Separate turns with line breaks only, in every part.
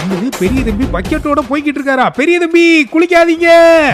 என்னது பெரிய தம்பி பக்கெட்டோட போய்கிட்டு இருக்காரா பெரிய தம்பி குளிக்காதீங்க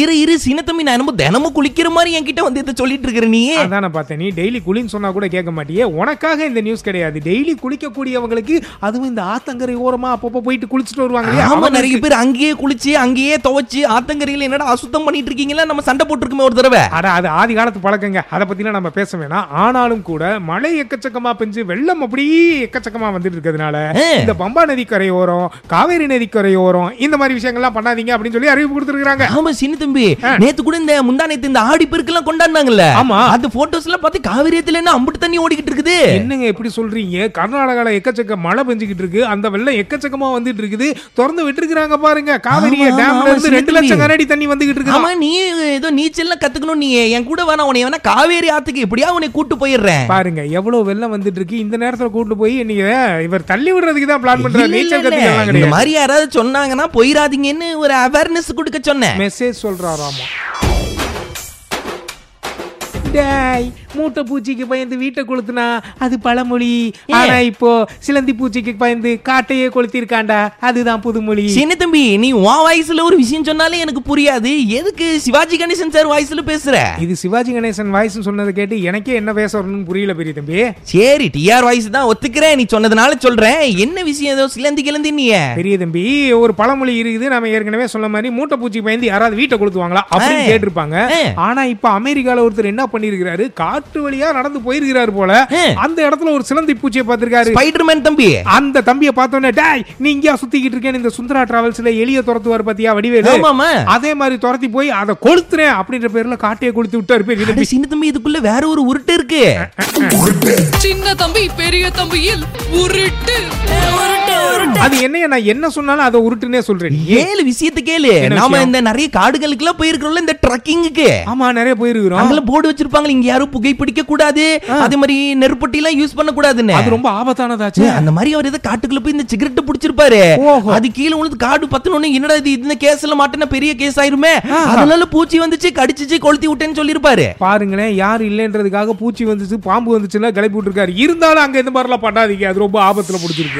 இரு இரு சின்ன தம்பி நான் என்னமோ தினமும் குளிக்கிற மாதிரி என்கிட்ட வந்து இதை சொல்லிட்டு இருக்கிற நீ
அதான் நான் பார்த்தேன் நீ டெய்லி குளின்னு சொன்னா கூட கேட்க மாட்டியே உனக்காக இந்த நியூஸ் கிடையாது டெய்லி குளிக்கக்கூடியவங்களுக்கு அதுவும் இந்த ஆத்தங்கரை ஓரமா அப்பப்போ போயிட்டு குளிச்சுட்டு வருவாங்க இல்லையா,
ஆமா நிறைய
அவங்களுக்கு-
பேர் அங்கேயே குளிச்சு அங்கேயே துவைச்சு ஆத்தங்கரையில என்னடா அசுத்தம் பண்ணிட்டு இருக்கீங்களா நம்ம சண்டை போட்டிருக்கோமே ஒரு தடவை
அட அது ஆதி காலத்து பழக்கங்க அதை பத்திலாம் நம்ம பேச வேணாம் ஆனாலும் கூட மழை எக்கச்சக்கமா பெஞ்சு வெள்ளம் அப்படியே எக்கச்சக்கமா வந்துட்டு இருக்கிறதுனால
ஆ.
இந்த பம்பா நதி கரையோரம் காவேரி நதி கரையோரம் இந்த மாதிரி விஷயங்கள்லாம் பண்ணாதீங்க அப்படின்னு சொல்லி அறிவிப்பு கொடுத்துருக்காங்க
ஆமா சின்ன தம்பி நேத்து கூட இந்த முந்தா நேத்து இந்த ஆடி பெருக்கெல்லாம் கொண்டாடினாங்கல்ல
ஆமா.
அந்த போட்டோஸ் எல்லாம் பார்த்து காவிரியத்துல என்ன அம்புட்டு தண்ணி ஓடிக்கிட்டு இருக்குது
என்னங்க எப்படி சொல்றீங்க கர்நாடகால எக்கச்சக்க மழை பெஞ்சுக்கிட்டு இருக்கு அந்த வெள்ளம் எக்கச்சக்கமா வந்துட்டு இருக்குது திறந்து விட்டுருக்காங்க பாருங்க காவேரி
ஆமா,
டேம்ல
ஆமா,
இருந்து ரெண்டு
சின்னத்தம்பி.
லட்சம் கனடி தண்ணி வந்துகிட்டு இருக்கு
ஆமா நீ ஏதோ நீச்சல்லாம் கத்துக்கணும் நீ என் கூட வேணா உன்னை வேணா காவேரி ஆத்துக்கு எப்படியா உன்னை கூட்டு போயிடுறேன்
பாருங்க எவ்வளவு வெள்ளம் வந்துட்டு இருக்கு இந்த நேரத்துல கூட்டு போய் நீங்க இவர் தள்ளி விடுறதுக்கு தான் பிளான் பண்றாரு
இல்ல,
நீச்சல்
இல்ல, இல்ல.
கத்துக்கலாம்
இந்த
கிடையாது
மாதிரி யாராவது சொன்னாங்கன்னா போயிடாதீங்கன்னு ஒரு அவேர்னஸ் கொடுக்க சொன்னேன்
மெசேஜ் சொல்றாராமா டேய் மூட்டை பூச்சிக்கு பயந்து வீட்டை கொளுத்துனா அது பழமொழி ஆனா இப்போ சிலந்தி பூச்சிக்கு பயந்து காட்டையே கொளுத்திருக்காண்டா அதுதான் புதுமொழி
சின்ன தம்பி நீ உன் வாய்ஸ்ல ஒரு விஷயம் சொன்னாலே எனக்கு புரியாது எதுக்கு சிவாஜி கணேசன் சார் வாய்ஸ்ல பேசுற
இது சிவாஜி கணேசன் வாய்ஸ் சொன்னதை கேட்டு எனக்கே என்ன பேச வரணும்னு புரியல பெரிய தம்பி
சரி டிஆர் வாய்ஸ் தான் ஒத்துக்கிறேன் நீ சொன்னதுனால சொல்றேன் என்ன விஷயம் ஏதோ சிலந்தி கிளந்தி நீ
பெரிய தம்பி ஒரு பழமொழி இருக்குது நாம ஏற்கனவே சொன்ன மாதிரி மூட்டை பூச்சி பயந்து யாராவது வீட்டை கொளுத்துவாங்களா அப்படின்னு
ஏய்.
கேட்டிருப்பாங்க
ஏய்.
ஆனா இப்ப அமெரிக்கால ஒருத்தர் என்ன பண்ணிருக்கிறாரு காட்டு வழியா நடந்து போயிருக்கிறாரு போல
ஏய்.
அந்த இடத்துல ஒரு சிலந்தி பூச்சியை பார்த்திருக்காரு
ஸ்பைடர்மேன் தம்பி
அந்த தம்பியை பார்த்தோன்னே டேய் நீ இங்கயா சுத்திக்கிட்டு இருக்கேன்னு இந்த சுந்தரா டிராவல்ஸ்ல எளிய துரத்துவார் பாத்தியா வடிவேலு
ஆமாமா
அதே மாதிரி துரத்தி போய் அதை கொளுத்துறேன் அப்படின்ற பேர்ல காட்டையை கொளுத்து விட்டாரு பெரிய தம்பி
அட சின்ன தம்பி இதுக்குள்ள வேற ஒரு உருட்டு இருக்கு
சின்ன தம்பி பெரிய தம்பியில் உருட்டு
அது என்னைய நான் என்ன சொன்னாலும் அதை உருட்டுனே சொல்றேன் நீ.
ஏழு விஷயத்தை கேளு
என்ன
நாம
விஷயம்?
இந்த நிறைய காடுகளுக்கு எல்லாம் போயிருக்கிறோம்ல இந்த ட்ரக்கிங்குக்கு
ஆமா நிறைய போயிருக்கிறோம்
அங்கெல்லாம் போர்டு வச்சிருப்பாங்க இங்க யாரும் புகை பிடிக்க கூடாது அதே மாதிரி நெருப்பட்டி எல்லாம் யூஸ் பண்ண கூடாதுன்னு
அது ரொம்ப ஆபத்தானதாச்சு
ஏய், அந்த மாதிரி அவர் ஏதோ காட்டுக்குள்ள போய் இந்த சிகரெட் பிடிச்சிருப்பாரு
ஓஹோ.
அது கீழே உழுது காடு பத்தினோன்னு என்னடா இது இந்த கேஸ்ல மாட்டினா பெரிய கேஸ் ஆயிருமே அதனால பூச்சி வந்துச்சு கடிச்சிச்சு கொளுத்தி விட்டேன்னு சொல்லிருப்பாரு
பாருங்களேன் யார் இல்லைன்றதுக்காக பூச்சி வந்துச்சு பாம்பு வந்துச்சுன்னா கிளப்பி விட்டுருக்காரு இருந்தாலும் அங்க இந்த மாதிரிலாம் பண்ணாதீங்க அது ரொம்ப ஆபத்துல முடிச்சிருக்கு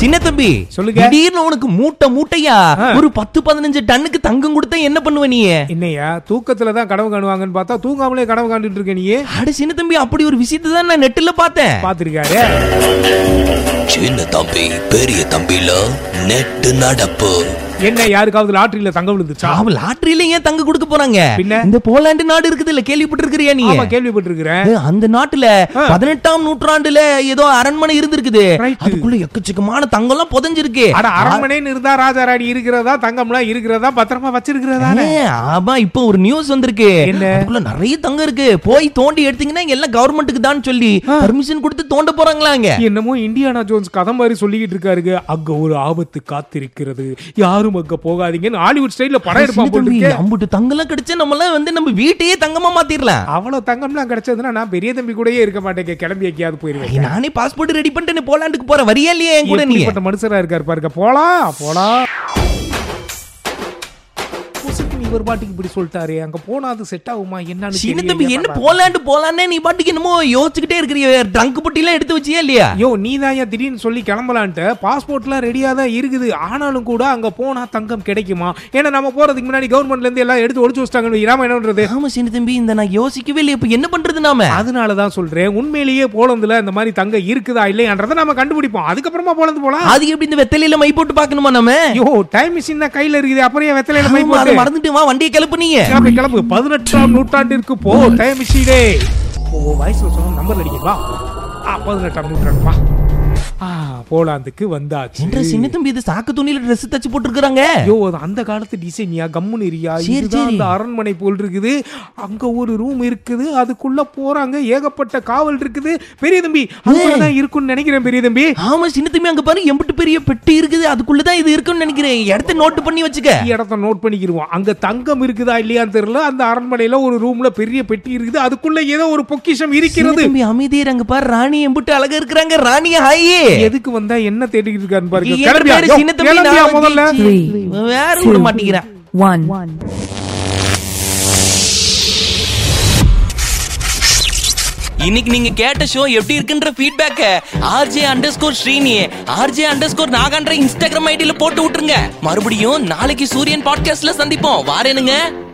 சின்ன தம்பி
சொல்லுங்க.
திடீர்னு உனக்கு மூட்டை மூட்டையா
ஆ.
ஒரு பத்து பதினஞ்சு டன்னுக்கு தங்கம் கொடுத்தா என்ன பண்ணுவ நீ
என்னையா தூக்கத்துல தான் கனவு காணுவாங்கன்னு பார்த்தா தூங்காமலே கனவு காண்டுட்டு இருக்க நீ
அட சின்ன தம்பி அப்படி ஒரு விஷயத்தை தான் நான் நெட்டுல பார்த்தேன்
பாத்திருக்காரு
சின்ன தம்பி பெரிய தம்பில நெட்டு நடப்பு
என்ன யாருக்காவது லாட்டரியில தங்க விழுந்துச்சா
அவ லாட்டரியில ஏன் தங்க கொடுக்க போறாங்க
பின்ன?
இந்த போலாண்டு நாடு இருக்குது இல்ல கேள்விப்பட்டிருக்கிறியா நீ
ஆமா கேள்விப்பட்டிருக்கிறேன்
ஏய், அந்த நாட்டுல பதினெட்டாம் நூற்றாண்டுல ஏதோ அரண்மனை இருந்திருக்குது
Right.
அதுக்குள்ள எக்கச்சக்கமான தங்கம்லாம் புதைஞ்சிருக்கு
அட அரண்மனைன்னு இருந்தா ராஜாராணி இருக்கிறதா தங்கம்லாம் இருக்கிறதா பத்திரமா வச்சிருக்கிறதா
ஏய், ஆமா இப்ப ஒரு நியூஸ் வந்திருக்கு
என்ன?
அதுக்குள்ள நிறைய தங்கம் இருக்கு போய் தோண்டி எடுத்தீங்கன்னா இங்க எல்லாம் கவர்மெண்ட்டுக்கு தான் சொல்லி பர்மிஷன் கொடுத்து தோண்ட போறாங்களாங்க
என்னமோ இந்தியானா ஜோன்ஸ் கதை மாதிரி சொல்லிக்கிட்டு இருக்காருங்க அங்க ஒரு ஆபத்து காத்திருக்கிறது யாரும் அங்க போகாதீங்கன்னு ஹாலிவுட் ஸ்டைல்ல படம் எடுப்பான் போல் இருக்கே.
அம்புட்டு தங்கம்லாம் கிடைச்சா நம்மளாம் வந்து நம்ம வீட்டையே தங்கமா மாத்திரலாம்
அவ்வளவு தங்கம்லாம் கிடைச்சதுன்னா நான் பெரிய தம்பி கூடயே இருக்க மாட்டேங்க கிளம்பி எங்கேயாவது போயிருவேன்
ஏய், நானே பாஸ்போர்ட் ரெடி பண்ணிட்டு போலாண்டுக்கு போறேன் வரியா இல்லையா என் கூட நீ
எப்படிப்பட்ட மனுஷரா இருக்காரு பாருங்க போலாம் போலாம் பொசுக்குன்னு இவர் பாட்டுக்கு இப்படி சொல்லிட்டாரு அங்க போனா அது செட் ஆகுமா என்னன்னு
சின்ன
தெரியலையே
தம்பி என்ன
பாப்பா.
போலாண்டு போலான்னு நீ பாட்டுக்கு என்னமோ யோசிச்சுக்கிட்டே இருக்கிறிய ட்ரங்க் பொட்டிலாம் எடுத்து வச்சியா இல்லையா
யோ நீ தான் ஏன் திடீர்னு சொல்லி கிளம்பலான்ட்டு பாஸ்போர்ட்லாம் ரெடியாக தான் இருக்குது ஆனாலும் கூட அங்கே போனால் தங்கம் கிடைக்குமா ஏன்னா நம்ம போகிறதுக்கு முன்னாடி கவர்மெண்ட்லேருந்து எல்லாம் எடுத்து ஒழிச்சு வச்சிட்டாங்கன்னு வைக்கிறாம என்ன பண்றது
ஆமா சின்ன தம்பி இந்த நான் யோசிக்கவே இல்லையா இப்ப என்ன பண்றது நாம
அதனால தான் சொல்கிறேன் உண்மையிலேயே போலந்தில் இந்த மாதிரி தங்கம் இருக்குதா இல்லையான்றதை நம்ம கண்டுபிடிப்போம் அதுக்கப்புறமா போலந்து போகலாம்
அதுக்கு எப்படி இந்த வெத்தலையில மை போட்டு பாக்கணுமா நம்ம
யோ டைம் மிஷின் தான் கையில் இருக்குது அப்புறம் ஏன் வெத்தலையில போய்
ஆமா, அதை
போட்டு
மறந்துட்டு வா வண்டியை கிளப்பு நீங்க
கிளம்பு கிளம்பு பதினெட்டாம் நூற்றாண்டிற்கு போ டைம் மிஷினே ஓ வயசுல சொன்ன நம்பர் அடிக்கலாம் வா ஆ பதினெட்டாம் நூற்றாண்டு வா ஆ போலாந்துக்கு வந்தாச்சு
என்ன சின்ன தம்பி இது சாக்கு துணியில Dress தச்சு போட்டுருக்காங்க
ஐயோ அது அந்த காலத்து டிசைனியா கம்முன்னு இரியா
சரி,
இதுதான்
சரி.
அந்த அரண்மனை போல் இருக்குது அங்க ஒரு ரூம் இருக்குது அதுக்குள்ள போறாங்க ஏகப்பட்ட காவல் இருக்குது பெரிய தம்பி அதுதான் இருக்கும்னு நினைக்கிறேன் பெரிய தம்பி
ஆமா சின்ன தம்பி அங்க பாரு எம்பிட்டு பெரிய பெட்டி இருக்குது அதுக்குள்ளதான் இது இருக்குன்னு நினைக்கிறேன் இடத்த நோட் பண்ணி வச்சுக்க
இந்த இடத்த நோட் பண்ணிக்கிருவோம் அங்க தங்கம் இருக்குதா இல்லையான்னு தெரியல அந்த அரண்மனையில ஒரு ரூம்ல பெரிய பெட்டி இருக்குது அதுக்குள்ள ஏதோ ஒரு பொக்கிஷம்
சின்ன
இருக்கிறது
தம்பி அமைதியர் அங்க பாரு ராணி எம்பிட்டு அழகா இருக்கிறாங்க ராணி ஹாயி
எதுக்கு வந்தா என்ன தேடிக்கிட்டு இருக்காருன்னு பாருங்க
என்
கிளம்பியா?
பேரு
யோ,
சின்ன தம்பி
கிளம்பியா
நான்
முதல்ல
வந்து- வேற விட மாட்டேங்கிறேன்
ஒன்
இன்னைக்கு நீங்க கேட்ட ஷோ எப்படி இருக்குன்ற ஃபீட்பேக்க RJ underscore Srini RJ underscore நாகான்ற இன்ஸ்டாகிராம் ஐடியில போட்டு விட்டுருங்க மறுபடியும் நாளைக்கு சூரியன் பாட்காஸ்ட்ல சந்திப்போம் வாரேனுங்க